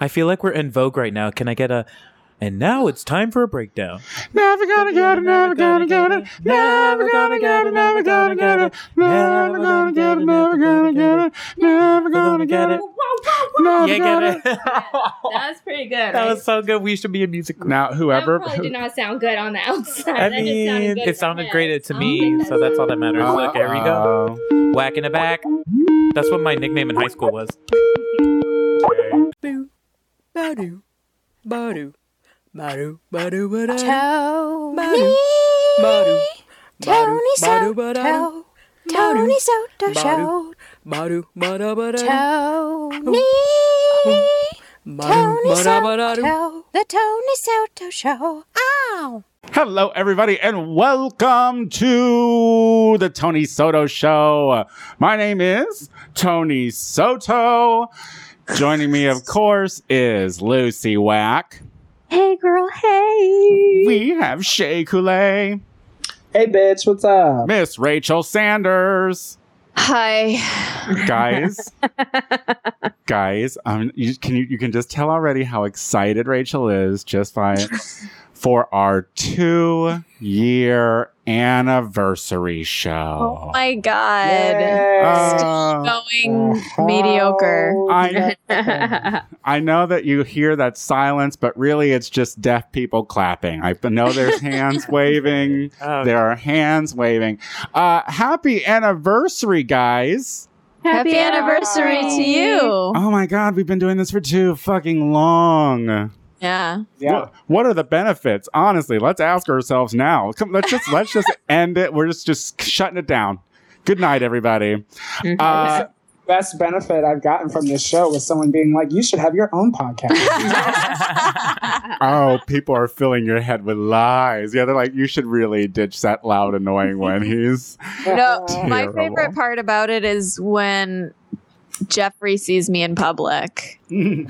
I feel like we're in vogue right now. Can I get a? And now it's time for a breakdown. Never gonna get it, never gonna get it, never gonna get it, never gonna get it, never gonna get it, never gonna get it, never gonna get it. Whoa, whoa, whoa. No, Yeah, got get it. That was pretty good. that right? was so good. We should be a music group. Now, That whoever, probably did not sound good on the outside. I That mean, Oh just sounded good in it my sounded head. great to I don't think me, that's- so that's all that matters. Uh, Look, there we go. uh, Whack in the back. That's what my nickname in high school was. Badu, badu, badu, badu, badu, Tell Badu. me, badu, badu, Tony badu, Soto, badu, Tony Soto Badu. Show. badu, badu, badu, Tony, badu, Tony badu, badu. Soto, the Tony Soto Show. Ow! Hello, everybody, and welcome to the Tony Soto Show. My name is Tony Soto. Joining me, of course, is Lucy Wack. Hey, girl, hey. We have Shay Coulee, Hey, bitch, what's up? Miss Rachel Sanders. Hi. guys guys um you can you, you can just tell already how excited rachel is just by for our two year anniversary Oh show my god. Uh, Going Uh-huh. mediocre. I- I i know that you hear that silence but really it's just deaf people clapping i know there's hands waving Oh, there are hands waving uh happy anniversary guys Happy anniversary to you. oh my god we've been doing this for too fucking long Yeah. What, what are the benefits? Honestly, let's ask ourselves now. Come, let's just let's just end it. We're just just shutting it down. Good night, everybody. Uh, Best benefit I've gotten from this show was someone being like, "You should have your own podcast." oh, people are filling your head with lies. Yeah, they're like, you should really ditch that loud, annoying one. He's No, my Terrible. favorite part about it is when Jeffrey sees me in public. you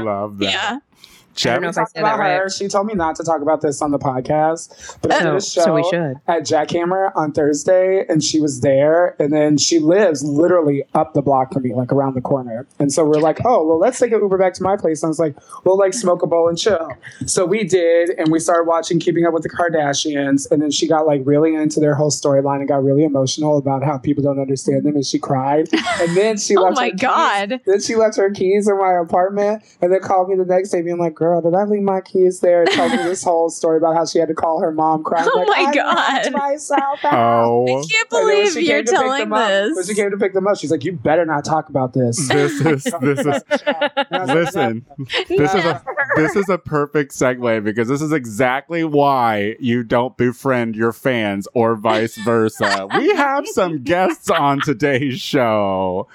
love that. Yeah. Jeff- know if I Talked about her. She told me not to talk about this on the podcast, but she did a show Oh, should. at Jackhammer on Thursday, and she was there. And then she lives literally up the block from me, like around the corner. And so we're like, "Oh, well, let's take an Uber back to my place." And I was like, "We'll like smoke a bowl and chill." So we did, and we started watching Keeping Up with the Kardashians. And then she got like really into their whole storyline and got really emotional about how people don't understand them, and she cried. And then she Oh left. her my keys- god. Then she left her keys in my apartment and then called me the next day being like, girl, did I leave my keys there? And told me this whole story about how she had to call her mom crying. Oh like, my "I locked God. Myself out. I Oh, can't And then when she believe came you're to pick telling them up- When she this. came to pick them up, she's like, you better not talk about this. this is this is listen. This is a this is a perfect segue because this is exactly why you don't befriend your fans or vice versa. we have some guests on today's show.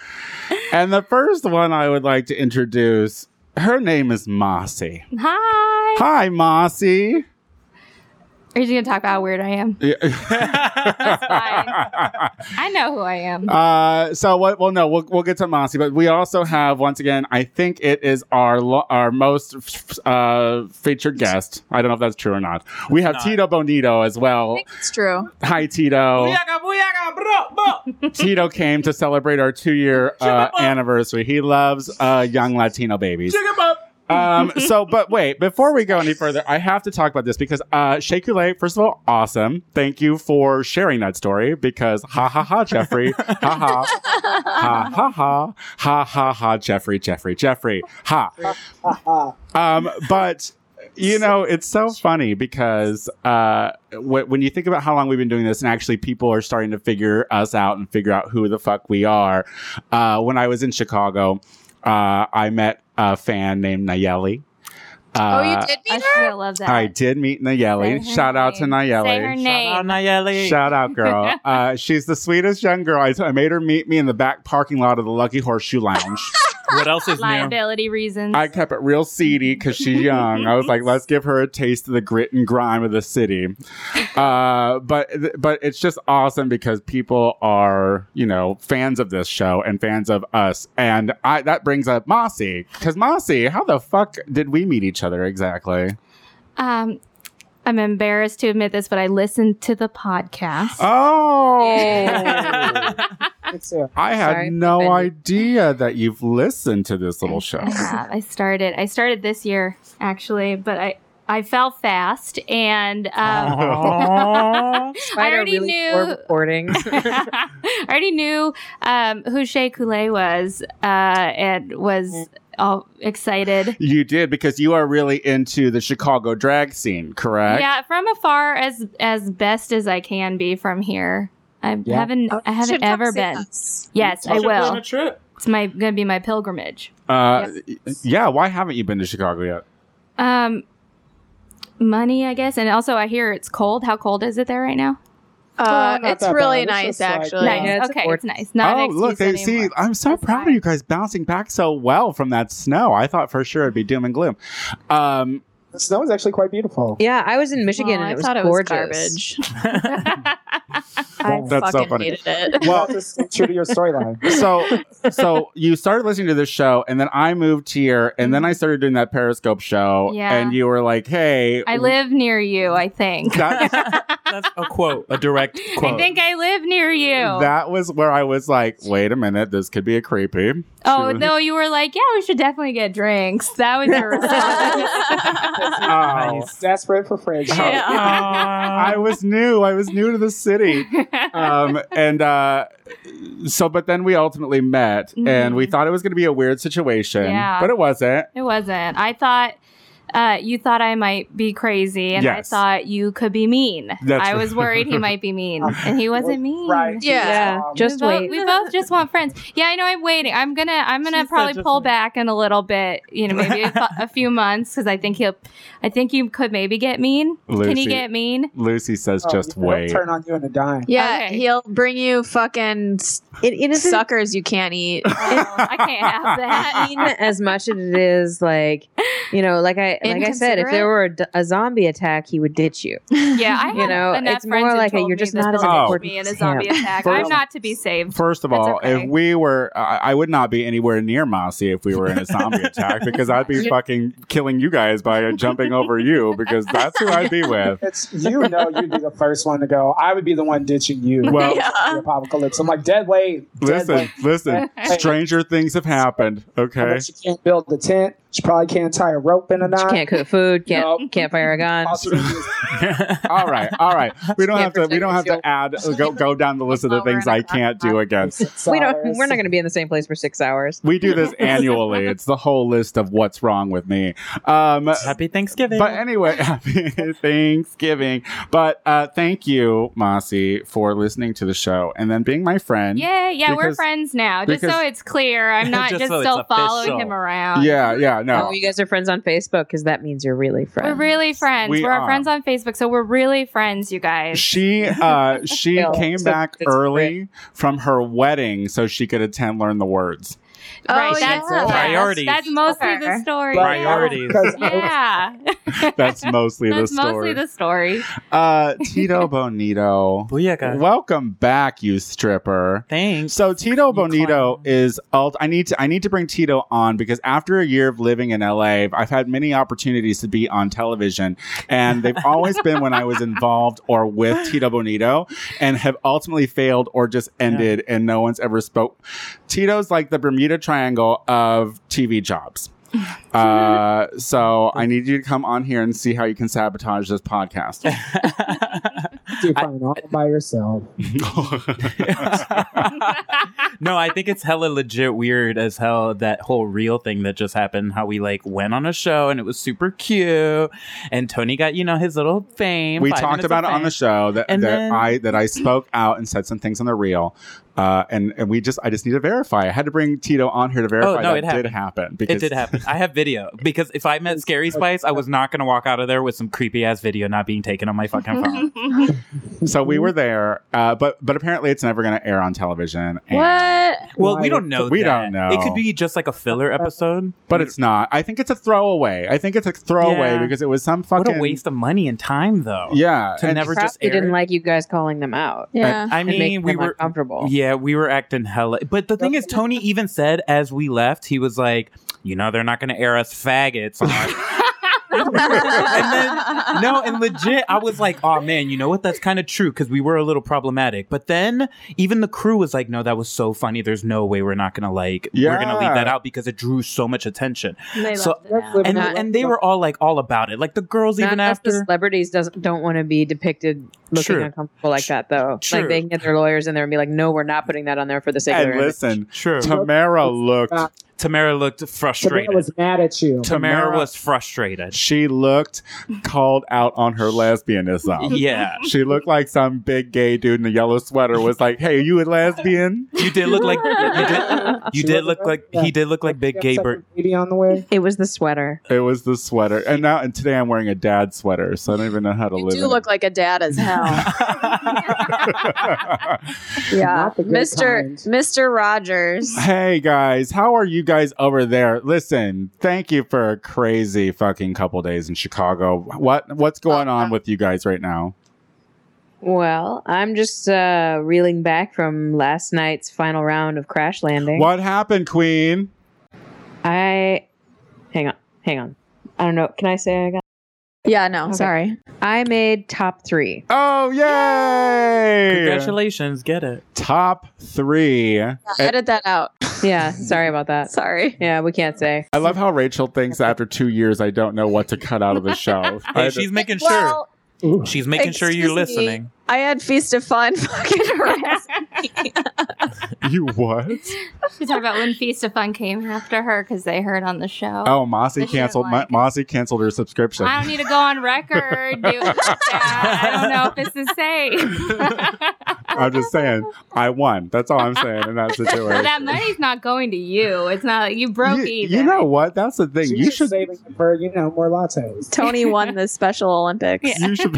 And the first one I would like to introduce, her name is Mossy. Hi. Hi Mossy. Are you just gonna talk about how weird I am? uh I know who I am. so what well no we'll, we'll get to Mossy but we also have once again I think it is our lo- our most uh featured guest I don't know if that's true or not we have not. Tito Bonito as well It's true. Hi, Tito. Booyaka, booyaka, bro, bro. Tito came to celebrate our two year uh, anniversary. He loves uh, young Latino babies. Um, so, but wait, before we go any further, I have to talk about this because uh, Shea Coulee, first of all, awesome. Thank you for sharing that story because ha ha ha, Jeffrey. ha ha. Ha ha ha. Ha ha ha, Jeffrey, Jeffrey, Jeffrey. Ha. Um, but you know, it's so funny because uh, w- when you think about how long we've been doing this, and actually people are starting to figure us out and figure out who the fuck we are. Uh, when I was in Chicago, uh, I met a fan named Nayeli. Oh, you Uh, did I meet her? still love that. I did meet Nayeli. Say her Shout out to name. Nayeli. Say her name. Shout out Nayeli. Shout out, girl. Uh, she's the sweetest young girl. I, I made her meet me in the back parking lot of the Lucky Horseshoe Lounge. What else is new? Liability reasons. I kept it real seedy because she's young. I was like, let's give her a taste of the grit and grime of the city. Uh, but but it's just awesome because people are you know fans of this show and fans of us, and I that brings up Mossy because Mossy, how the fuck did we meet each other exactly? um, I'm embarrassed to admit this, but I listened to the podcast. Oh, It's uh, a- I had Sorry. no Offended. idea that you've listened to this little show. I have. I started. I started this year actually, but I I fell fast and um, I already knew- recording. I already knew um, who Shea Coulee was uh, and was all excited. You did because you are really into the Chicago drag scene, correct? Yeah, from afar as as best as I can be from here. I Yeah. haven't I haven't ever been. Yes, I will. It's my gonna be my pilgrimage. Uh, Yeah. Why haven't you been to Chicago yet? Um, money, I guess, and also I hear it's cold. How cold is it there right now? Uh, not it's that really bad. It's nice, just actually. like- Yeah. Nice. Yeah, it's okay, affordable. it's nice. Not an oh, look, they excuse see. anymore. I'm so That's proud of fine. you guys bouncing back so well from that snow. I thought for sure it'd be doom and gloom. Um, The snow is actually quite beautiful. Yeah, I was in Michigan Well, and I it was thought gorgeous. it was garbage. I That's so Fucking funny. hated it. Well- Well, just stick true to your storyline. so so you started listening to this show and then i moved here and then i started doing that periscope show Mm-hmm. Yeah. and you were like hey I live near you. I think. that, That's a quote, a direct quote. I think I live near you. that was where i was like wait a minute this could be a creepy oh She- no, you were like, yeah, we should definitely get drinks. That was your response. Oh. Desperate for friends. Yeah. Uh, i was new i was new to the city um and uh so but then we ultimately met and we thought it was going to be a weird situation Mm-hmm. Yeah. but it wasn't it wasn't. I thought. Uh, you thought I might be crazy, and Yes. I thought you could be mean. That's I was worried he might be mean, and he wasn't mean. Right. Yeah. Yeah, Um, just we both, wait. we both just want friends. Yeah, I know. I'm waiting. I'm gonna. I'm gonna probably pull back in a little bit. You know, maybe a, cou- a few months because I think he'll. I think you could maybe get mean. Can Lucy. he get mean? lucy says oh, just they'll wait Turn on you in a dime. Yeah, Okay. he'll bring you fucking s- It, it isn't suckers you can't eat. I can't have that. Oh. mean as much as it is like, you know, like I like I said, if Inconsiderate? there were a, d- a zombie attack, he would ditch you. Yeah, I You have know, enough it's friends more who like a told you're me just this not as will important put me in a zombie attack. For- I'm not to be saved. First of That's all, okay. if we were, I, I would not be anywhere near Mossy if we were in a zombie attack because I'd be fucking killing you guys by uh, jumping over you because that's who I'd be with. It's you know you'd be the first one to go. I would be the one ditching you. Well- Yeah. the apocalypse. I'm like dead weight. dead Listen, weight. listen, stranger things have happened. I Okay. bet she can't build the tent. She probably can't tie a rope in a knot. She can't cook food, can't Nope. can't fire a gun. All she can do is- All right. All right. We don't Can't have to, we protect don't have to yourself. add, go, go down the list of the things I can't do again. six We don't. hours. We're not going to be in the same place for six hours. We do this annually. It's the whole list of what's wrong with me. Um, Happy Thanksgiving. But anyway, happy Thanksgiving. But uh, thank you, Mossy, for listening to the show and then being my friend. Yay! Yeah, we're because- friends now. Just because- so it's clear, I'm not Just just, so it's still official. following him around. Yeah, yeah, Oh, no. you guys are friends on Facebook because that means you're really friends. We're really friends. We We are are. friends on Facebook, so we're really friends, you guys. She uh she Yeah, came so back it's early from her wedding so she could attend learn the words. Oh, right, yeah. that's that's- Priorities. That's mostly the story. But- Priorities. Because I was- Yeah, That's mostly the that's story. mostly the story. uh Tito Bonito. Booyaka. Welcome back, you stripper. Thanks. So Tito Bonito clown. is alt. I need to I need to bring Tito on because after a year of living in LA, I've had many opportunities to be on television, and they've always been when I was involved or with Tito Bonito, and have ultimately failed or just ended, and no one's ever spoke. Tito's like the Bermuda Triangle of TV jobs. Uh, so I need you to come on here and see how you can sabotage this podcast. You're fine all by yourself. no, I think it's hella legit weird as hell that whole real thing that just happened. How we like went on a show and it was super cute, and Tony got you know his little fame. we five talked minutes of about it on fame. the show that, that And then- I that I spoke out and said some things on the reel, uh, and and we just I just need to verify. I had to bring Tito on here to verify Oh, no, that it did happened. happen because It did happen. I have video because if I met Scary Spice, I was not going to walk out of there with some creepy ass video not being taken on my fucking phone. So we were there, uh, but but apparently it's never going to air on television. and- What? well, we don't know. We that. don't know. It could be just like a filler episode. But it's not. I think it's a throwaway. I think it's a throwaway Yeah. because it was some fucking What a waste of money and time, though. Yeah, To and- never Probably just air didn't it. like you guys calling them out. Yeah. I and making mean, we them were uncomfortable. Yeah, we were acting hella. But the thing is, Tony even said as we left, he was like, "You know, they're not going to air us faggots." I'm like, then- no, and legit, I was like, oh man, you know what? That's kind of true because we were a little problematic. But then even the crew was like, no, that was so funny. There's no way we're not gonna like we're gonna leave Yeah. that out because it drew so much attention. They So- left it out. Let's live And Not- and they were all like all about it. Like the girls Not even us, the after celebrities doesn't don't want to be depicted looking Sure. uncomfortable like that though. Sure. Like they can get their lawyers in there and be like, no, we're not putting that on there for the sake of And their image." listen, Sure. Tamara looked. Uh, Tamara looked frustrated. Tamara was mad at you. Tamara, Tamara- was frustrated. She looked called out on her lesbianism. Yeah. She looked like some big gay dude in a yellow sweater was like, "Hey, are you a lesbian?" You did look like you did, you She did wasn't look right. like Yeah. he did look like Big Got Gay second Bert. Baby on the way. It was the sweater. It was the sweater, and now and today I'm wearing a dad sweater, so I don't even know how to You live. do in look like a dad as hell. it. yeah, Not the good Mister kind. Mister Rogers. Hey guys, how are you guys over there? Listen, thank you for a crazy fucking couple days in Chicago. What what's going on with you guys right now? Well, I'm just uh, reeling back from last night's final round of crash landing. What happened, Queen? I hang on, hang on. I don't know. Can I say I got? Yeah, no, Okay. sorry. I made top three. Oh yay! Congratulations, get it. Top three. Edit that out. Yeah, sorry about that. Sorry. Yeah, we can't say. I love how Rachel thinks after two years I don't know what to cut out of the show. Hey, I- she's making sure. Well, Ooh. She's making sure excuse you're me. listening. I had Feast of Fun fucking harass me. you what? She talked about when Feast of Fun came after her because they heard on the show. Oh, Mossy I shouldn't canceled. Mo- like it. Mossy canceled her subscription. I don't need to go on record. Dude. I don't know if it's the same. I'm just saying, I won. That's all I'm saying in that well, situation. that money's not going to you. It's not like you broke you, either. you know what? That's the thing. She's you just should saving it for you know more lattes. Tony won the Special Olympics. you should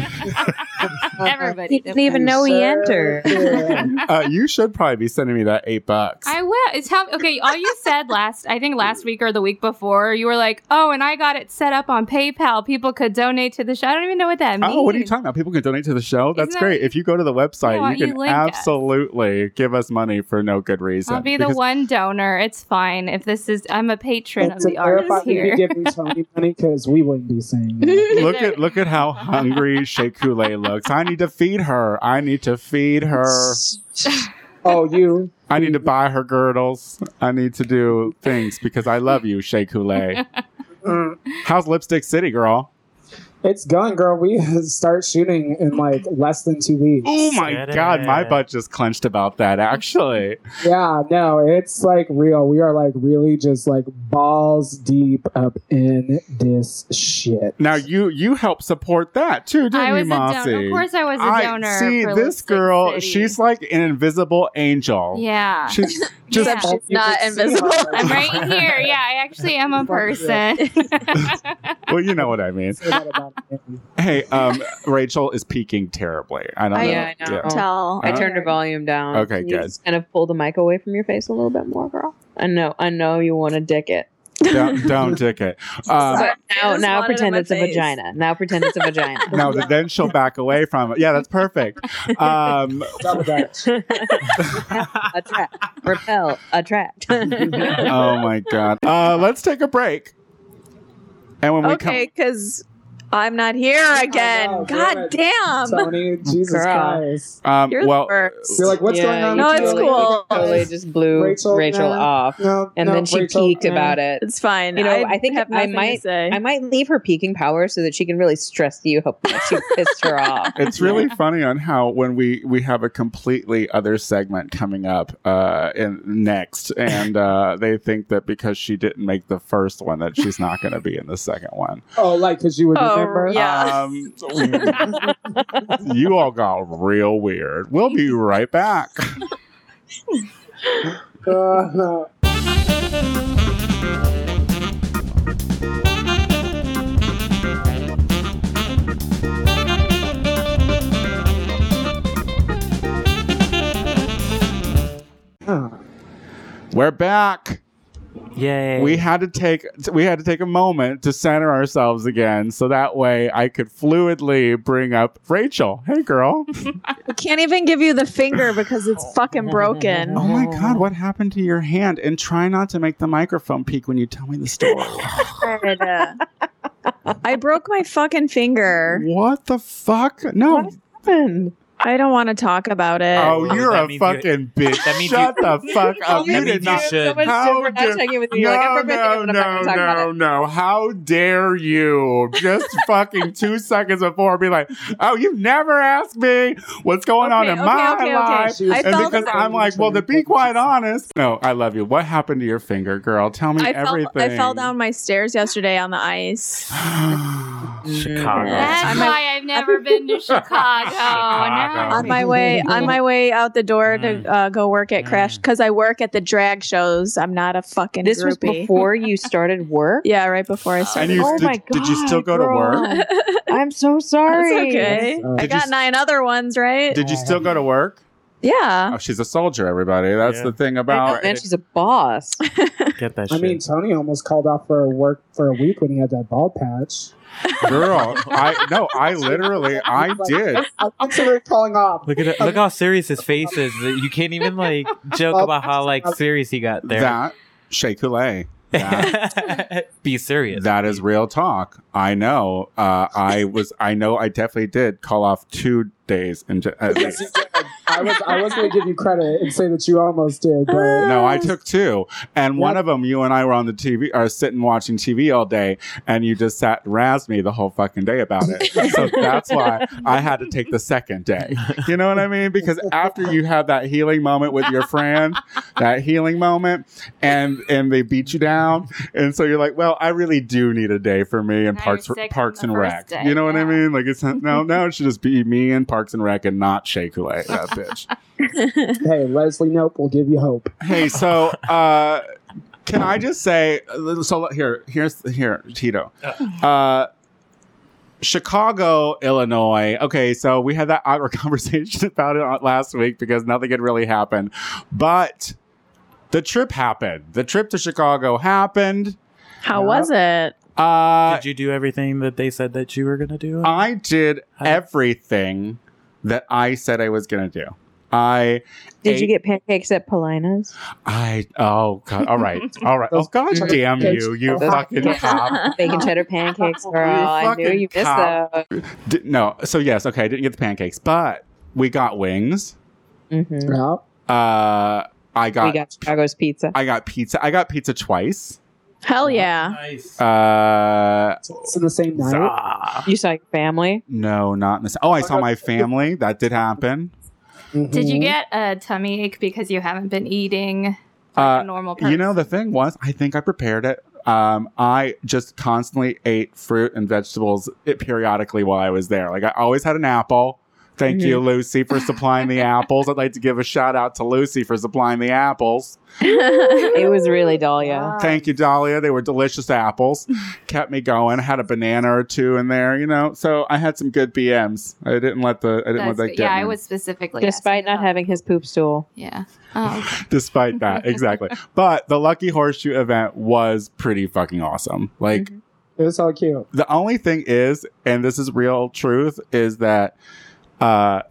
Everybody. He did. didn't even know he entered. Yeah. uh, you should probably be sending me that eight bucks. I will. It's how okay. All you said last, I think last week or the week before, you were like, "Oh, and I got it set up on PayPal. People could donate to the show." I don't even know what that means. Oh, what are you talking about? People can donate to the show. That's Isn't that- great. If you go to the website, Yeah, you can you link us. absolutely give us money for no good reason. I'll be the Because- one donor. It's fine. If this is, I'm a patron of It's a the clarify artist that you here. give me Tony money because we wouldn't be saying that. Look at look at how hungry Shea Coulee looks. I need to feed her. I need to feed her. Oh, you. I need to buy her girdles. I need to do things because I love you, Shea Coulee. Mm. How's Lipstick City, girl? It's gone, girl. We start shooting in like less than two weeks. Oh my Get god, my it. butt just clenched about that. Actually, Yeah, no, it's like real. We are like really just like balls deep up in this shit. now you you help support that too, didn't I you, was a Mossy? donor. Of course, I was a I- donor. see for this Lipstick girl. City. She's like an invisible angel. yeah. She's just Except she's You not can see invisible. her. I'm right here. Yeah, I actually am a person. well, you know what I mean. Say that about him. Hey, um, Rachel is peaking terribly. I don't I- know. yeah, I know. Tell. I turned her volume down. Uh, Okay, Can you good. just Kind of pull the mic away from your face a little bit more, girl. I know, I know you want to dick it. Don't, don't dick it. Um, Sorry, But I now, just now wanted pretend my it's a face. vagina. Now pretend it's a vagina. no, th- then she'll back away from it. Yeah, that's perfect. Um, Double dutch. attract, repel, attract. oh my god. Uh, let's take a break. And when we Okay, because I'm not here again. know, God damn damn. Tony, Jesus Girl. Christ. come, um, You're well, the worst. You're like, what's Yeah, going on? you No, with it's you? cool. totally just blew Rachel, Rachel, nah. off, No, and no, then she Rachel, peeked nah. about it. It's fine. You know, I think have I nothing to might- say. I might leave her peeking power so that she can really stress you. Hope that you pissed her off. it's really funny on how when we we have a completely other segment coming up uh in next and uh they think that because she didn't make the first one that she's not going to be in the second one Oh, like, because you would Oh, remember? yeah. um you all got real weird we'll be right back Uh, huh. we're back Yay. we had to take we had to take a moment to center ourselves again so that way i could fluidly bring up rachel hey girl I can't even give you the finger because it's fucking broken. Oh my god, what happened to your hand? And try not to make the microphone peak when you tell me the story. And, uh, I broke my fucking finger. What the fuck? No. What happened? I don't want to talk about it. Oh, you're That a means you- fucking bitch. that means Shut the fuck up. means You you did not. should. So much How shit for not dare- checking with you. You're like, No, no, I'm no, no, talk about no, it. no. How dare you? Just fucking two seconds before be like, oh, you've never asked me what's going on Okay, in okay, my okay, okay. life. I And felt because I'm like, well, to be quite honest, no, I love you. What happened to your finger, girl? Tell me I fell, everything. I fell down my stairs yesterday on the ice. Mm. Chicago. That's I might- why I've never been to Chicago. Chicago. on my way on my way out the door Mm. to uh, go work at Crash because I work at the drag shows. I'm not a fucking This was groupie. before you started work. Yeah, right before I And started. you, Oh did, my did you still go to work? God, I'm so That's sorry. okay. Did I you got s- nine other ones, right? Did you still go to work? yeah. Oh, she's a soldier, everybody. That's Yeah. the thing Uh-huh. I know, about Oh, man, she's a boss. Get that I mean, Tony almost called off for work for a week when he had that bald patch. girl. I no, I literally, I did. I'm considering calling off. Look at it. Look how serious his face is. You can't even like joke about how like serious he got there. That Shea Coulee. That, Be serious. that is real talk. I know. Uh, I was. I know. I definitely did call off two days. And at least. I was I was going to give you credit and say that you almost did, but No, I took two, and one of them, you and I were on the TV, or sitting watching TV all day, and you just sat and razzed me the whole fucking day about it. so that's why I had to take the second day. You know what I mean? Because after you have that healing moment with your friend, that healing moment, and and they beat you down, and so you're like, well, I really do need a day for me and Now Parks you're sick Parks from and the Rec. first day, you know what I yeah. mean? Like it's not, no, no, it should just be me and Parks and Rec, and not Shea Coulee, that bitch. hey, Leslie Nope will give you hope. Hey, so uh, can I just say? So here, here's here, Tito. Uh, Chicago, Illinois. Okay, so we had that awkward conversation about it last week because nothing had really happened, but the trip happened. The trip to Chicago happened. How was it? Uh, Did you do everything that they said that you were gonna do? I did Hi. everything that I said I was gonna do. I Did you Eight- get pancakes at Polina's? I oh god. All right, all right. oh Those god, chicken damn cakes you, you are fucking hot. cop. Bacon cheddar pancakes, girl. You I knew fucking you missed cop. those. Di- no, so yes, okay, I didn't get the pancakes, but we got wings. Mhm. Yeah. Uh, I We got, got Chicago's pizza. I got pizza. I got pizza twice. Hell yeah. Nice. Uh, It's in the same night. You saw your family. no, not in this. Oh, I saw my family. That did happen. Did you Mhm. get a tummy ache because you haven't been eating like Uh, a normal person? you know, the thing was, I think I prepared it. Um, I just constantly ate fruit and vegetables it, periodically while I was there. Like I always had an apple. Thank you, Lucy, for supplying the apples. I'd like to give a shout out to Lucy for supplying the apples. It was really Dahlia. Thank you, Dahlia. They were delicious apples. Kept me going. I had a banana or two in there, you know. So I had some good BMs. I didn't let the I didn't That's let that good. get yeah, me. I was specifically Despite asking not having his poop stool. Yeah. Oh, okay. despite that. Exactly. but the Lucky Horseshoe event was pretty fucking awesome. Like It was so cute. the only thing is, and this is real truth, is that uh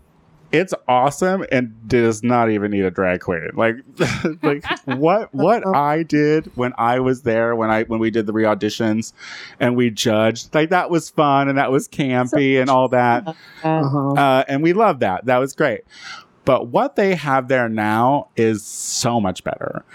it's awesome and does not even need a drag queen. Like like what what I did when I was there when I when we did the re auditions and we judged, like that was fun and that was campy and all that. Uh, Uh-huh. Uh, and we love that. That was great. But what they have there now is so much better.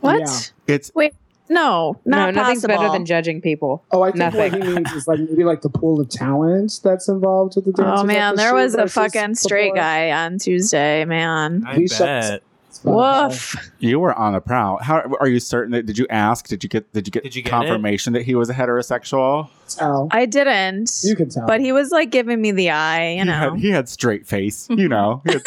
What? Yeah. It's No, no, not nothing's possible. better than judging people. Oh, I think Nothing. what he means is like maybe like the pool of talent that's involved with the dance. Oh man, there was a fucking straight guy on Tuesday, man. I He shuts- bet. Woof. You were on the prowl. How are you certain that? Did you ask? Did you get? Did you get, Did you get confirmation that he was a heterosexual? Tell. I didn't. You can tell. But he was like giving me the eye, you he had, know. he had straight face. Mm-hmm. You know, he had,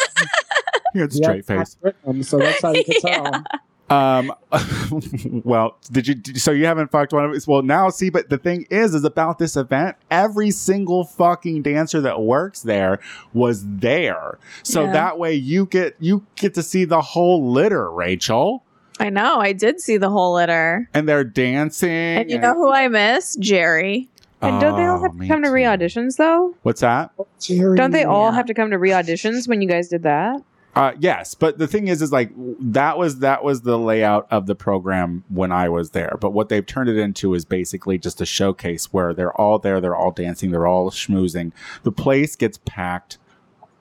he had straight Yeah, face. it's rhythm, so that's how you can tell. Um, well, did you? did- so you haven't fucked one of us? Well, now see, but the thing is, is about this event. Every single fucking dancer that works there was there. So Yeah. that way you get you get to see the whole litter, Rachel, I know, I did see the whole litter. and they're dancing. And you know who I miss? Jerry. And don't they all have to come to re audition? auditions, though? oh, What's that? Oh, Jerry. Don't they all Yeah. have to come to re auditions when you guys did that? Uh, yes, but the thing is, is like that was that was the layout of the program when I was there. But what they've turned it into is basically just a showcase where they're all there, they're all dancing, they're all schmoozing. The place gets packed.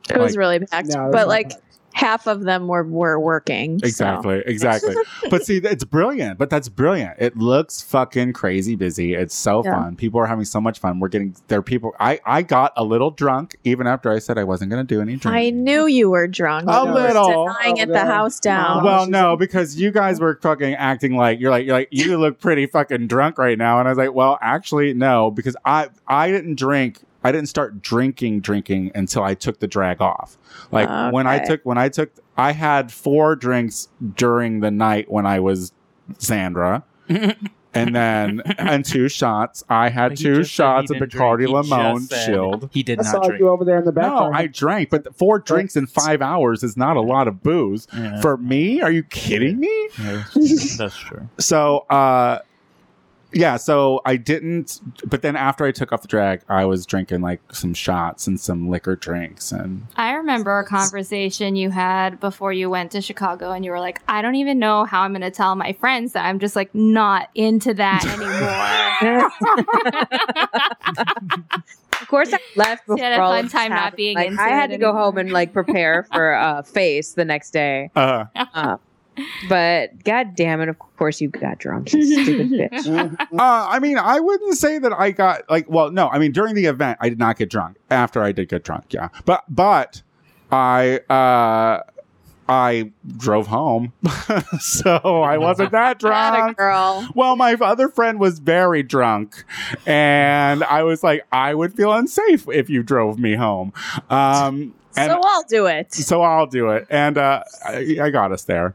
It was Like- really packed, No, it was but not like half of them were were working. so. Exactly, exactly. but see, it's brilliant. But that's brilliant. It looks fucking crazy busy. It's so Yeah. fun. People are having so much fun. We're getting there. are People, I I got a little drunk even after I said I wasn't going to do any drinking. I knew you were drunk. A You were little. denying Oh, it the yeah. house down. Wow. Well, she's no, because you guys were fucking acting like you're like you're like you look pretty fucking drunk right now, and I was like, well, actually, no, because I I didn't drink. I didn't start drinking drinking until I took the drag off. Like when I Okay. took when I took I had four drinks during the night when I was Sandra. and then and two shots. I had But he two just said he shots of didn't Bacardi drink. He just Limon said chilled. He did I not saw drink. you over there in the No, background. I drank, but four drinks in five hours is not a lot of booze. Yeah. For me, are you kidding me? Yeah, that's true. That's true. So, uh, yeah, so I didn't, but then after I took off the drag, I was drinking like some shots and some liquor drinks. And I remember a conversation you had before you went to Chicago, and you were like, I don't even know how I'm going to tell my friends that I'm just like not into that anymore. Of course, I left She before had a all fun of this time not happened. being Like, into I had it to go anymore. home and like prepare for a uh, face the next day. uh, But god damn it, of course you got drunk, you stupid bitch. Mhm. uh, I mean, I wouldn't say that I got like, well, no, I mean, during the event, I did not get drunk. After I did get drunk, yeah. But, but I, uh, I drove home, so I wasn't that Atta drunk. girl. Well, my other friend was very drunk, and I was like, I would feel unsafe if you drove me home. Um, and so I'll do it. so I'll do it. And uh, I, I got us there.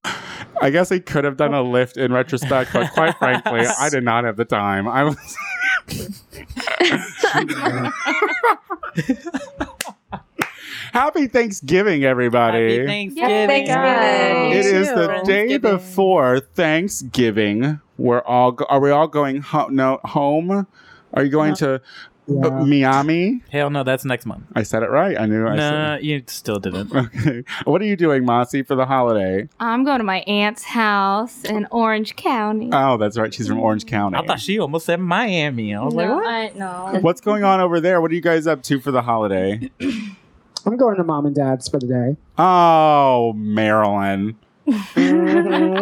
I guess I could have done a lift in retrospect, but quite frankly, I did not have the time. I was. Happy Thanksgiving, everybody. Happy Thanksgiving. Yeah, Thanksgiving. Thanksgiving. It is the Thank day you. before Thanksgiving. We're all go- are we all going home? No, home. Are you going to uh, Yeah. Miami? Hell no, that's next month. I said it right. I knew. I No, said you still didn't. Okay. What are you doing, Mossy, for the holiday? I'm going to my aunt's house in Orange County. Oh, that's right. She's from Orange County. I thought she almost said Miami. I was like, no, what? I, no. What's going on over there? What are you guys up to for the holiday? I'm going to mom and dad's for the day. Oh, Marilyn.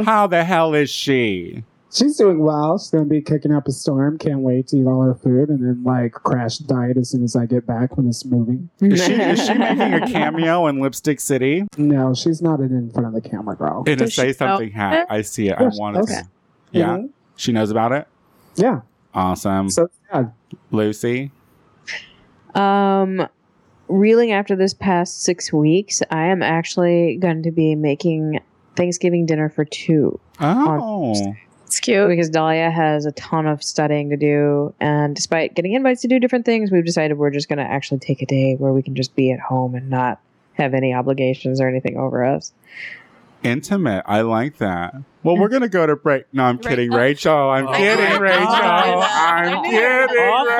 How the hell is she? She's doing well. She's gonna be kicking up a storm. Can't wait to eat all her food and then like crash diet as soon as I get back from this movie. Is she, is she making a cameo in Lipstick City? No, she's not an in front of the camera girl. In a Does she say know? something hat. I see it. I want it. Okay. Yeah. Mm-hmm. Mhm. She knows about it? Yeah. Awesome. So yeah, Lucy. Um, reeling after this past six weeks, I am actually going to be making Thanksgiving dinner for two Oh. It's cute. because Dahlia has a ton of studying to do, and despite getting invites to do different things, we've decided we're just going to actually take a day where we can just be at home and not have any obligations or anything over us. Intimate. I like that. Well, we're going to go to break. No, I'm kidding, Rachel. I'm Oh. kidding, Oh. Rachel. I'm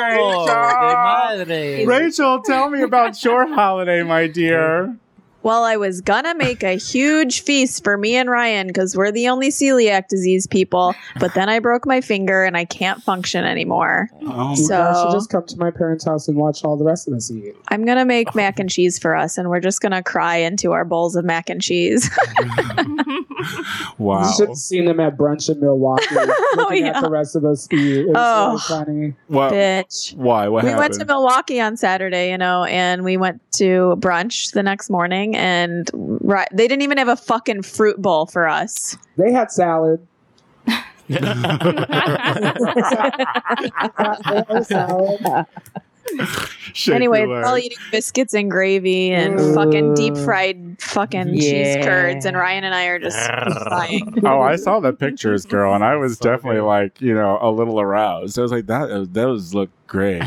kidding, Awful. De madre. Rachel. Rachel, tell me about your holiday, my dear. Well, I was gonna make a huge feast for me and Ryan because we're the only celiac disease people, but then I broke my finger and I can't function anymore. Oh, you So- guys should just come to my parents' house and watch all the rest of us eat. I'm gonna Oh. make mac and cheese for us, and we're just gonna cry into our bowls of mac and cheese. wow. You should have seen them at brunch in Milwaukee. oh, yeah. at the rest of us eat. It was Oh. really funny. What? Bitch. Why? What we happened? went to Milwaukee on Saturday, you know, and we went to brunch the next morning, and right, they didn't even have a fucking fruit bowl for us. They had salad. Hot salad. Shake anyway, your they're leg. all eating biscuits and gravy and Ooh. fucking deep fried fucking Yeah. cheese curds, and Ryan and I are just crying. oh, I saw the pictures, girl, and I was So definitely good. like, you know, a little aroused. I was like, that uh, those look great.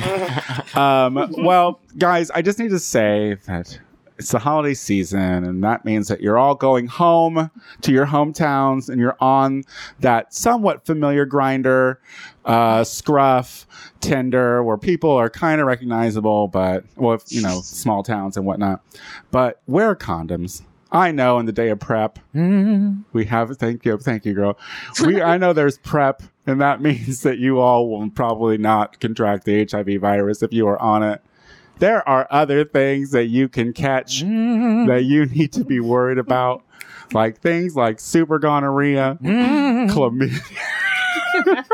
um, well, guys, I just need to say that it's the holiday season, and that means that you're all going home to your hometowns, and you're on that somewhat familiar grinder, uh, scruff, Tinder, where people are kind of recognizable, but well, if, you know, small towns and whatnot. But wear condoms. I know in the day of prep, we have, thank you, thank you, girl. We, I know there's prep, and that means that you all will probably not contract the HIV virus if you are on it. There are other things that you can catch Mm. that you need to be worried about, like things like super gonorrhea, Mm. chlamydia.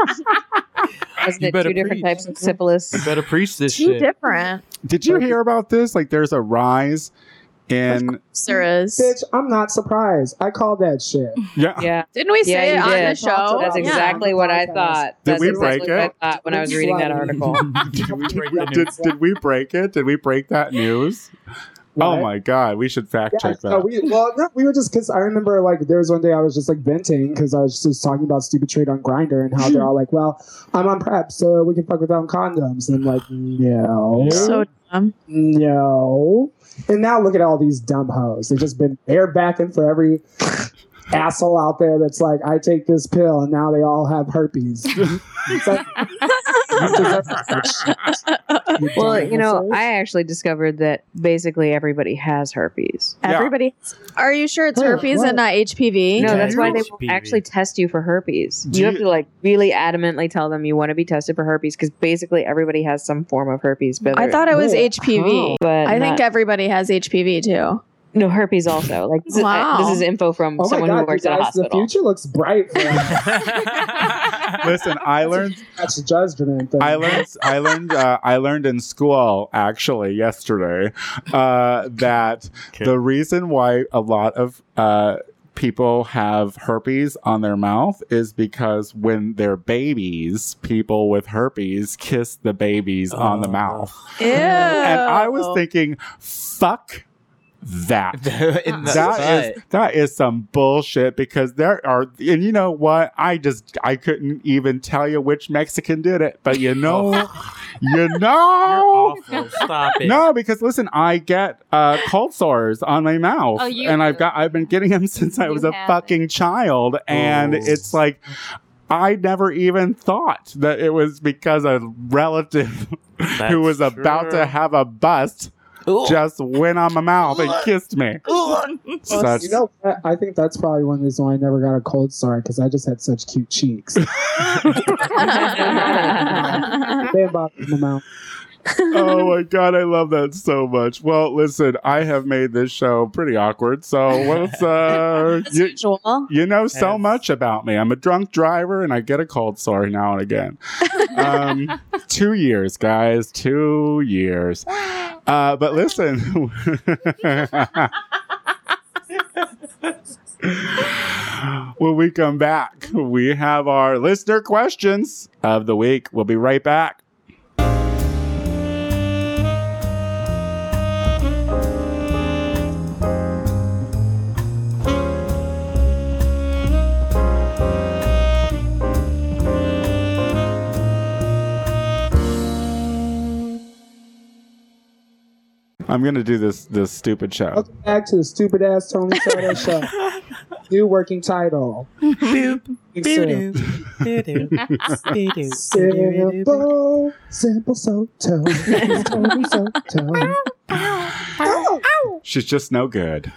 Wasn't You it better two different preach. types of syphilis? You better preach this Two shit. different Did you hear about this? Like, there's a rise in, Sarahs. Bitch, I'm not surprised. I called that shit. yeah, Yeah, Didn't we Yeah, say you it on the did. show? that's Yeah. exactly what I thought. Did that's we exactly break what it? I thought when I was reading that article. did, we did, did we break it? Did we break that news? Oh What? my god, we should fact Yeah, check that. no, we, well, no, we were just because I remember like there was one day I was just like venting because I was just talking about stupid trade on Grinder and how they're all like, "Well, I'm on prep, so we can fuck without condoms." And I'm like, "No, So dumb. no." And now look at all these dumb hoes. They've just been airbacking for every asshole out there that's like, "I take this pill," and now they all have herpes. It's like, you deserve this shit, you Well, dumb you know, assholes. I actually discovered that basically everybody has herpes. Yeah. Everybody, are you sure it's Hey, herpes what? and not HPV? No, Yeah, that's why they will HPV. actually test you for herpes. Do you you- have to like really adamantly tell them you want to be tested for herpes because basically everybody has some form of herpes. But I thought it was Yeah. HPV. but I not- think everybody has HPV too. no herpes also. Like this, is, I- this Wow. is info from Oh my someone god, who works you at a guys, the hospital. future looks bright for us. Listen, I learned, That's judgment. Thing. I learned, I learned, uh, I learned in school actually yesterday uh, that Okay. the reason why a lot of uh, people have herpes on their mouth is because when they're babies, people with herpes kiss the babies on the Oh. mouth. Ew. And I was thinking, fuck that. In the that is that is some bullshit because there are and you know what I just I couldn't even tell you which Mexican did it but you Oh. know you You're know awful. Stop it. no because listen I get uh cold sores on my mouth Oh, you and I've do. got I've been getting them since I You was a have fucking child and Oh. it's like I never even thought that it was because a relative That's who was about true. to have a bust Ooh. just went on my mouth and kissed me. So that's- you know, what? I think that's probably one reason why I never got a cold sore because I just had such cute cheeks. they bothered my mouth. oh my god, I love that so much. Well, listen, I have made this show pretty awkward. So what's uh As you, usual. you know so Yes. much about me. I'm a drunk driver and I get a cold sore now and again. Um, two years, guys, two years. Uh, but listen. when we come back, we have our listener questions of the week. We'll be right back. I'm gonna do this this stupid show. Welcome back to the stupid ass Tony Soto show. New working title. Simple, simple Soto. It's Tony Soto. Oh, She's just no good.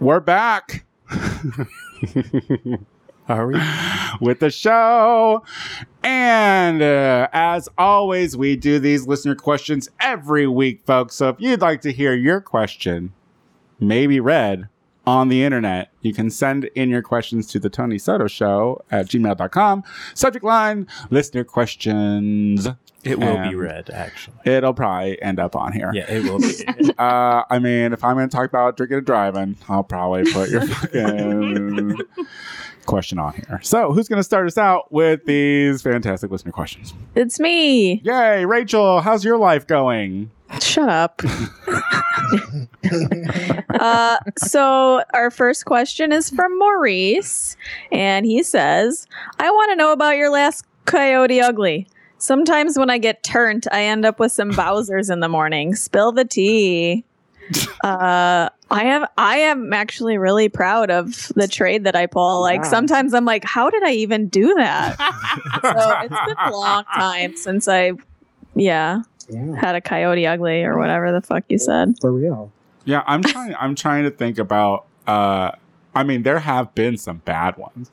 We're back. Are we? With the show. And uh, as always, we do these listener questions every week, folks. So if you'd like to hear your question, maybe read on the internet, you can send in your questions to the Tony Soto Show at gmail.com. Subject line listener questions. It will be Um, red, actually. It'll probably end up on here. Yeah, it will be. Uh, I mean, if I'm going to talk about drinking and driving, I'll probably put your fucking question on here. So, who's going to start us out with these fantastic listener questions? It's me. Yay, Rachel, how's your life going? Shut up. uh, so, our first question is from Maurice, and he says, I want to know about your last Coyote Ugly. Sometimes when I get turned, I end up with some Bowsers in the morning. Spill the tea. Uh, I am I am actually really proud of the trade that I pull. Like Wow. sometimes I'm like, how did I even do that? so it's been a long time since I, yeah, yeah, had a coyote ugly or whatever the fuck you said. for real. Yeah, I'm trying. I'm trying to think about. uh I mean, there have been some bad ones.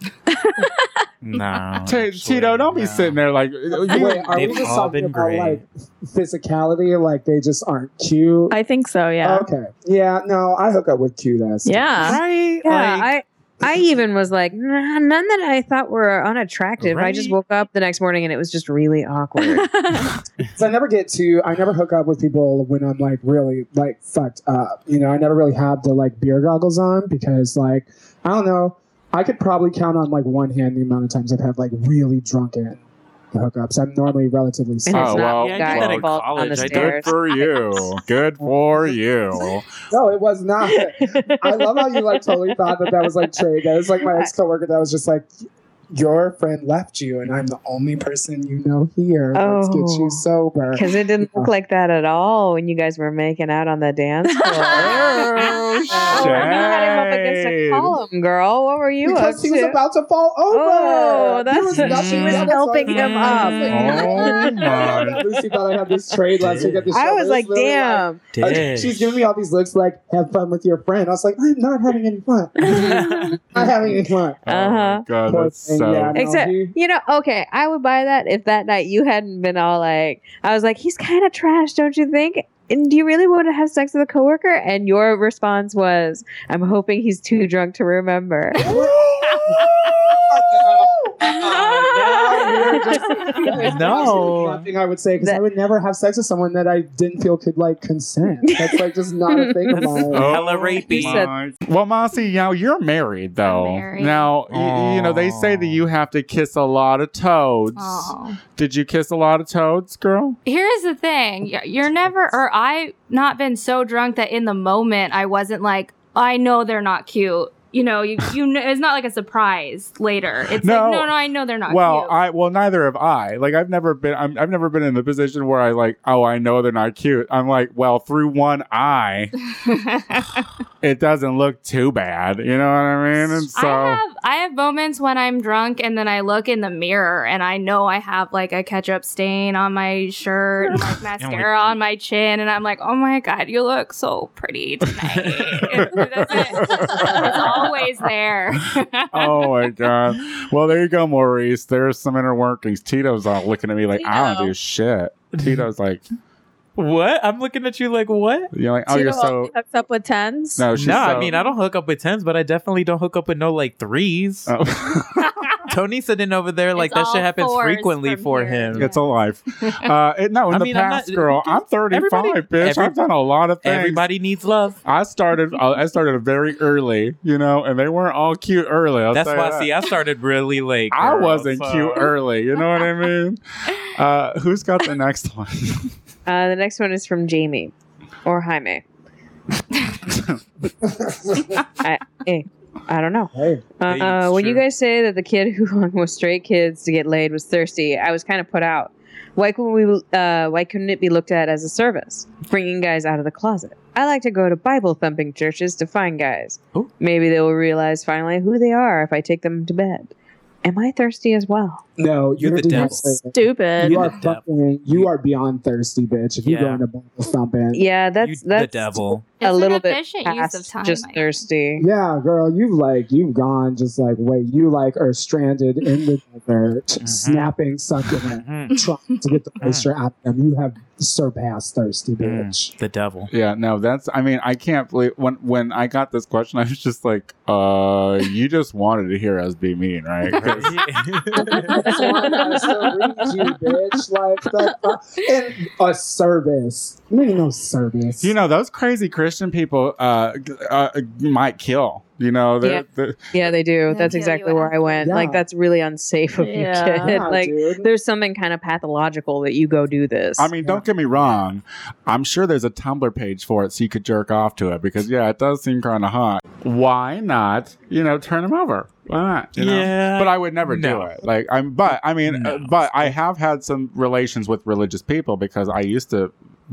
No. T- Tito, don't be sitting there like Wait, you. are we They've just all talking been about great. like physicality? Like they just aren't cute. I think so. Uh, Yeah. Okay. Yeah. No, I hook up with cute ass. yeah. Right? Yeah, like, I I even was like nah, none that I thought were unattractive. I just Right? woke up the next morning and it was just really awkward. Because I never get to. I never hook up with people when I'm like really like fucked up. You know, I never really have the like beer goggles on because like I don't know. I could probably count on like one hand the amount of times I've had like really drunken hookups. I'm normally relatively And sober. it's Oh, not well, the Yeah, I guy did that in involved on the college. I did Good stairs. for you. Good for you. No, it was not. I love how you like totally thought that that was like trade. That was like my ex coworker that was just like, your friend left you, and I'm the only person you know here. Let's get Oh. you sober. Because it didn't look like that at all when you guys were making out on the dance floor. Oh, Oh, you had him up against a shade. column, girl. What were you Because up he was to? about to fall over. Oh, He that's- was about to- she was Mm. that was helping like- him I was up. like, Oh, my. Lucy thought I had this trade last week at the show. I was It like, literally damn. like- Did. She's giving me all these looks like, have fun with your friend. I was like, I'm not having any fun. not having any fun. Oh, Uh-huh. my God, Poor that's thing, so. yeah, no, Except- he- You know, okay, I would buy that if that night you hadn't been all like, I was like, he's kind of trash, don't you think? And do you really want to have sex with a coworker? And your response was, I'm hoping he's too drunk to remember. Oh, That is No. absolutely One thing I would say because I would never have sex with someone that I didn't feel could like consent. That's like just not a thing of mine. Oh, Hella rapey. my- Well, Mossy, now you're married, though. married. Now, y- you know, they say that Aw. you have to kiss a lot of toads. Oh. Did you kiss a lot of toads, girl? Here's the thing. You're- You're never, or I not been so drunk that in the moment I wasn't like, I know they're not cute. You know, you, you know, it's not like a surprise later. It's No. like, no, no, I know they're not well, cute. I well neither have I. Like I've never been I'm, I've never been in the position where I like, oh, I know they're not cute. I'm like, well, through one eye, it doesn't look too bad. You know what I mean? And so I have I have moments when I'm drunk and then I look in the mirror and I know I have like a ketchup stain on my shirt and like mascara on my chin and I'm like, oh my god, you look so pretty tonight. That's it. it's always there. oh my god. Well, there you go, Maurice. There's some inner workings. Tito's all looking at me like, I don't do shit. Tito's like, What? I'm looking at you like, what? you're like, oh, Tito you're so. only hooks up with tens. No, Oh, she's no, so- I mean, I don't hook up with tens, but I definitely don't hook up with no like threes. Oh. Tony's sitting over there like It's that shit all happens fours frequently from for here. him. It's a life. Uh, it- no, in I the mean, I'm past, not- girl, I'm 35, bitch. everybody- every- I've done a lot of things. Everybody needs love. I started. uh, I started very early, you know, and they weren't all cute early. I'll That's tell you why, that. see, I started really late. I girl, wasn't so- cute early. You know what I mean? Uh, who's got the next one? Uh, the next one is from Jamie or Jaime. I, eh, I don't know. Hey, Uh, Hey, uh, it's when you true. guys say that the kid who hung with straight kids to get laid was thirsty, I was kind of put out. Why couldn't we? Uh, why couldn't it be looked at as a service, bringing guys out of the closet? I like to go to Bible thumping churches to find guys. Ooh. Maybe they will realize finally who they are if I take them to bed. Am I thirsty as well? no, you You're the do not devil. say that. Stupid. You You're are the devil. fucking. You are beyond thirsty, bitch. If you go Yeah. into bubble thumping, Yeah, You that's the that's devil. a It's an little bit efficient use past of time, just I think. thirsty. yeah, girl, you've like you've gone just like wait, you like are stranded in the desert, Mm-hmm. snapping succulent, Mhm. trying to get the moisture out of them. You have surpassed thirsty, Mm. bitch. The devil. yeah, no, that's. I mean, I can't believe when when I got this question, I was just like, uh, you just wanted to hear us be mean, right? 'Cause That's why I still read you, bitch. Like that, and a service. You ain't no service. You know those crazy Christian people uh, g- uh, might kill. You know, they're, Yeah. they're- Yeah, they do. They'll that's kill exactly you where I went. Yeah. Like that's really unsafe of Yeah. you, kid. Yeah, like dude. there's something kind of pathological that you go do this. I mean, don't get me wrong. I'm sure there's a Tumblr page for it, so you could jerk off to it because yeah, it does seem kind of hot. Why not? You know, turn them over. Why not? you know? Yeah. But I would never No. do it. Like I'm, but I mean, uh, but I have had some relations with religious people because I used to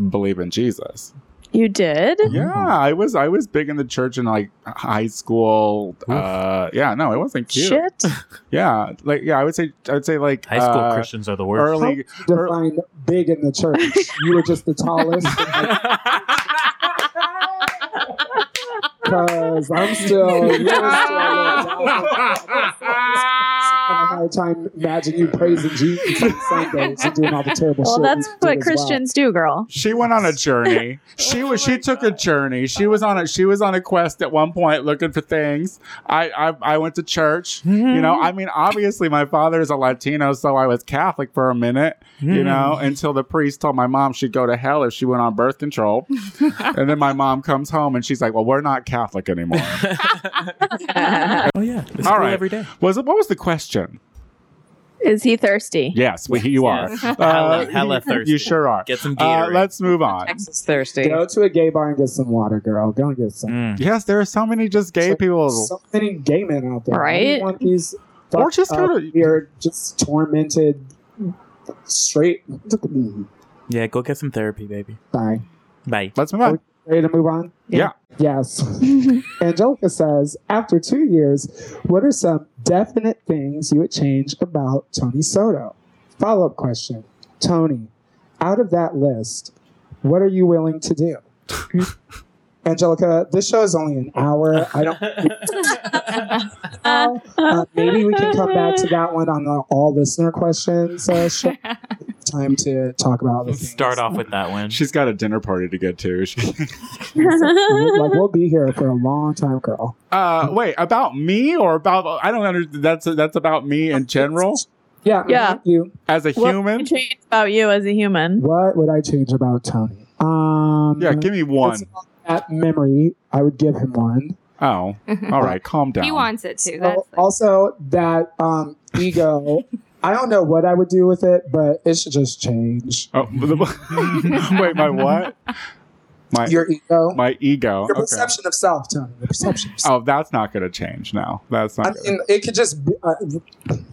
believe in Jesus. You did? Mm-hmm. Yeah, I was I was big in the church in like high school. Oof. Uh, yeah, no, it wasn't cute. Shit. Yeah, like yeah, I would say I would say like High school uh, Christians are the worst. early. defined big in the church. You were just the tallest. because I'm still. You're still having a hard time imagining you praising Jesus on Sundays and doing all the terrible Well, shit. that's you did what as well. Christians do, girl. She went on a journey. She was she took a journey. She was on a she was on a quest at one point looking for things. I I, I went to church. Mm-hmm. You know, I mean, obviously my father is a Latino, so I was Catholic for a minute. Mm-hmm. Hmm. You know, until the priest told my mom she'd go to hell if she went on birth control. and then my mom comes home and she's like, "Well, we're not Catholic anymore." Oh yeah, it's All cool right. every day. was it? What was the question? Is he thirsty? Yes, we, you are. Uh, Hella- hella you- thirsty. You sure are. Get some Uh, Gatorade. let's move on. Texas thirsty. Go to a gay bar and get some water, girl. Go and get some. Mm. Yes, there are so many just gay Like, people. So many gay men out there. I Right? don't want these Or fucked just go up, to- weird, just tormented, straight. Look at me. Yeah, go get some therapy, baby. Bye. Bye. Let's move on. Ready to move on? Yeah. Yes. Angelica says, after two years, what are some definite things you would change about Tony Soto? Follow up question Tony, out of that list, what are you willing to do? Angelica, this show is only an hour. I don't. Uh, maybe we can come back to that one on the all listener questions uh, show. Time to talk about other things. Start off with that one. She's got a dinner party to get to. She- Like we'll be here for a long time, girl. uh, wait, about me or about I don't understand. That's that's about me in general Yeah. Yeah. You. as a What human. would change about you as a human? What would I change about Tony? Um, Yeah, give me one. it's about That memory, I would give him one. Oh, all right, calm down. He wants it too. So That's like, also, that um, ego, I don't know what I would do with it, but it should just change. Oh, wait, my what? My Your ego, my ego. your Okay. perception of self, Tony. Your perception of self. Oh, that's not going to change now. That's I not. Gonna. mean, it could just be. Uh,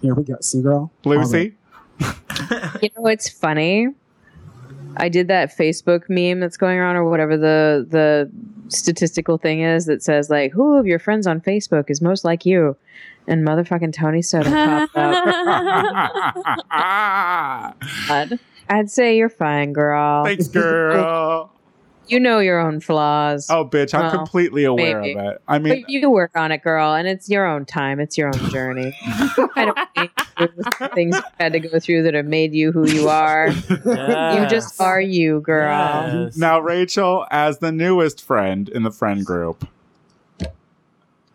here we go. Um, See, girl? Lucy, You know, it's funny. I did that Facebook meme that's going around, or whatever the the statistical thing is that says like, who of your friends on Facebook is most like you, and motherfucking Tony Soto popped up. I'd say you're fine, girl. Ah, thanks, girl. You know your own flaws, Oh, bitch, I'm Well, completely aware maybe. of it. I mean, but you can work on it, girl. And it's your own time. It's your own journey. I don't need you. things you had to go through that have made you who you are. You just are you, girl. Yes. uh, Now, Rachel, as the newest friend in the friend group,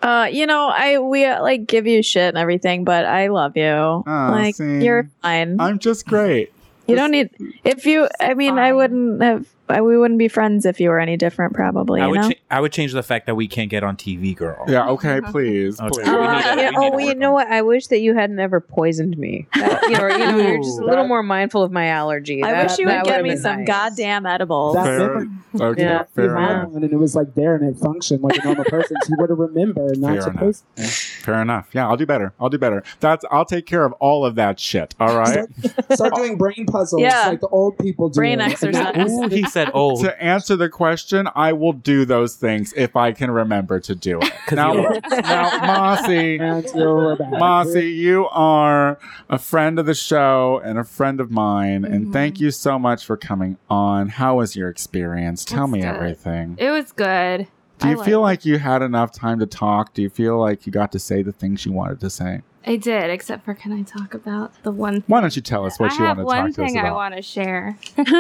Uh, you know, I we uh, like give you shit and everything, but I love you. like see. you're fine. I'm just great. you don't need if you. I mean, I fine. wouldn't have. I, we wouldn't be friends if you were any different, probably. I You would, know. cha- I would change the fact that we can't get on TV, girl. Yeah, okay, please. Okay. please. We need to- Uh, we yeah, need oh, to well, you work know on what? I wish that you had never poisoned me. That- you know, or, you know, you're just a little Ooh. more mindful of my allergy. I That- wish you that would get would've me been some nice. goddamn edibles. That- Fair, okay, Yeah. You fair, had enough. one and it was like there and it functioned like a normal person. So you would have remembered not Fair to enough. post fair enough. Yeah, I'll do better. I'll do better. That's I'll take care of all of that shit. All right. Start doing brain puzzles Yeah. like the old people do. Brain And exercise. it. Ooh, he said "Oh." old. to answer the question, I will do those things if I can remember to do it. Now, now Mossy, And you're back. Mossy, you are a friend of the show and a friend of mine, and thank you so much for coming on. How was your experience? Tell That's me good. everything. it was good. Do I you feel like you had enough time to talk? Do you feel like you got to say the things you wanted to say? I did, except for can I talk about the one Why don't you tell us what I you have want to one talk to us thing I about? want to share.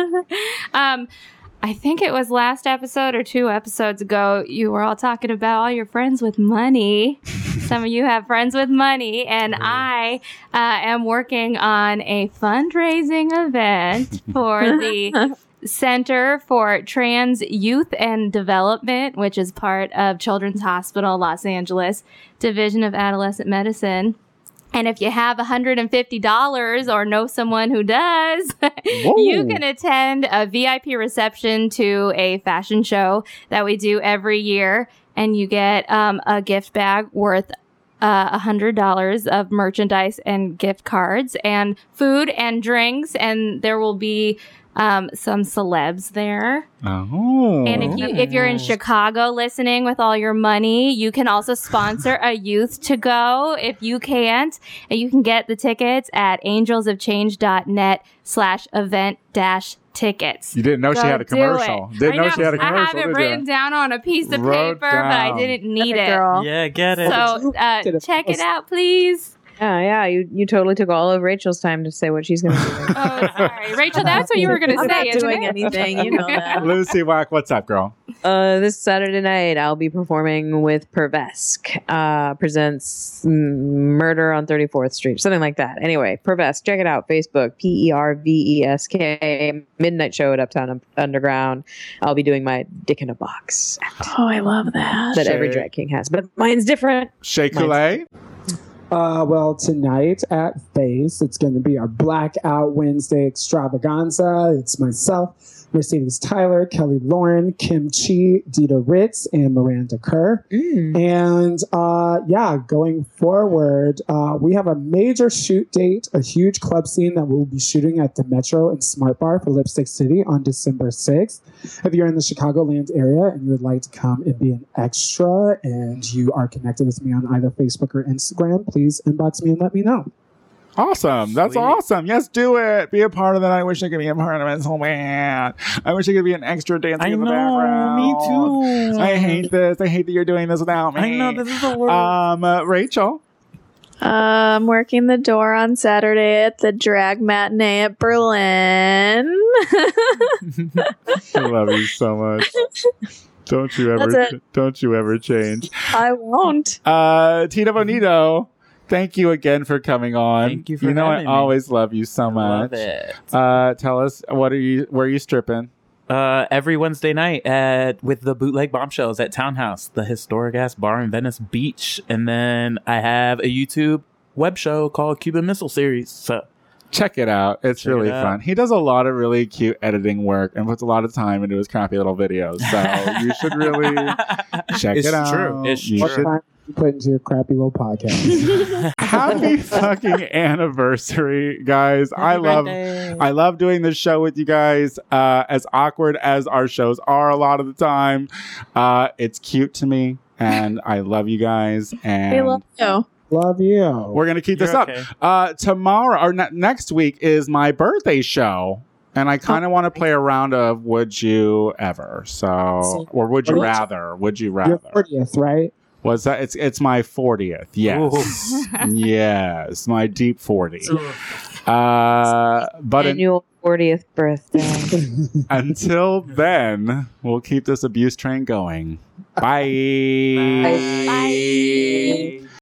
um, I think it was last episode or two episodes ago. You were all talking about all your friends with money. Some of you have friends with money, and I uh, am working on a fundraising event for the. Center for Trans Youth and Development, which is part of Children's Hospital Los Angeles Division of Adolescent Medicine. And if you have $150 or know someone who does, you can attend a VIP reception to a fashion show that we do every year. And you get um, a gift bag worth uh, $100 of merchandise and gift cards and food and drinks. And there will be um, some celebs there. Oh. And if you if you're Mm-hmm. in Chicago listening with all your money, you can also sponsor a youth to go if you can't. And you can get the tickets at angelsofchange.net slash event dash tickets. You didn't know she Go had a do commercial. it. Didn't I know, she had a I commercial. have it did written ya? down on a piece of Wrote paper, but I down. didn't need it. girl. Yeah, get So it. uh, Did it. check it out, please. Yeah, yeah. You you totally took all of Rachel's time to say what she's going to do. Oh, sorry, Rachel. That's what you were gonna I'm say. not isn't doing it? anything, you know that. Lucy Wack, what's up, girl? uh, this Saturday night, I'll be performing with Pervesk. Uh, presents M- Murder on 34th Street, something like that. Anyway, Pervesk, check it out. Facebook, P E R V E S K. Midnight show at Uptown Un- Underground. I'll be doing my Dick in a Box Oh, I love that. that every Shit. drag king has, but mine's different. Shea Mine's- Coulee. Uh, well, tonight at Face, it's going to be our Blackout Wednesday extravaganza. It's myself, Mercedes Tyler, Kelly Lauren, Kim Chi, Dita Ritz, and Miranda Kerr. And uh, yeah, going forward, uh, we have a major shoot date, a huge club scene that we'll be shooting at the Metro and Smart Bar for Lipstick City on December 6th. If you're in the Chicagoland area and you would like to come and be an extra and you are connected with me on either Facebook or Instagram, please inbox me and let me know. Awesome. That's Sweet. awesome. Yes, do it. Be a part of that. I wish I could be a part of it so bad. I wish I could be an extra dancer I in the know. background. Me too. I hate this. I hate that you're doing this without me. I know this is the worst. Um, uh, Rachel. Uh, I'm working the door on Saturday at the drag matinee at Berlin. I love you so much. Don't you That's ever, it. don't you ever change. I won't. Uh, Tito Bonito, thank you again for coming on. Thank you for You know I having me. always love you so Love much. it. Uh, tell us what are you? Where are you stripping? Uh, every Wednesday night at with the bootleg bombshells at Townhouse, the historic ass bar in Venice Beach, and then I have a YouTube web show called Cuban Missile Series. So Check it out. It's Check really it out. fun. He does a lot of really cute editing work and puts a lot of time into his crappy little videos. So you should really check It's it true. out. It's You true. should- Time you put into your crappy little podcast. Happy fucking anniversary, guys! I love. I love doing this show with you guys. Uh, as awkward as our shows are a lot of the time, uh, it's cute to me, and I love you guys. I And love you. Love you. we're gonna keep this You're up. okay. Uh, tomorrow or ne- next week is my birthday show, and I kind of want to play a round of Would You Ever? So, So- or Would You Would you- Rather? Would you Your rather? 40th, right? Was that? It's it's my fortieth. Yes, yes, my deep forty. Uh, but in- Annual 40th birthday. Until then, we'll keep this abuse train going. Bye. Bye.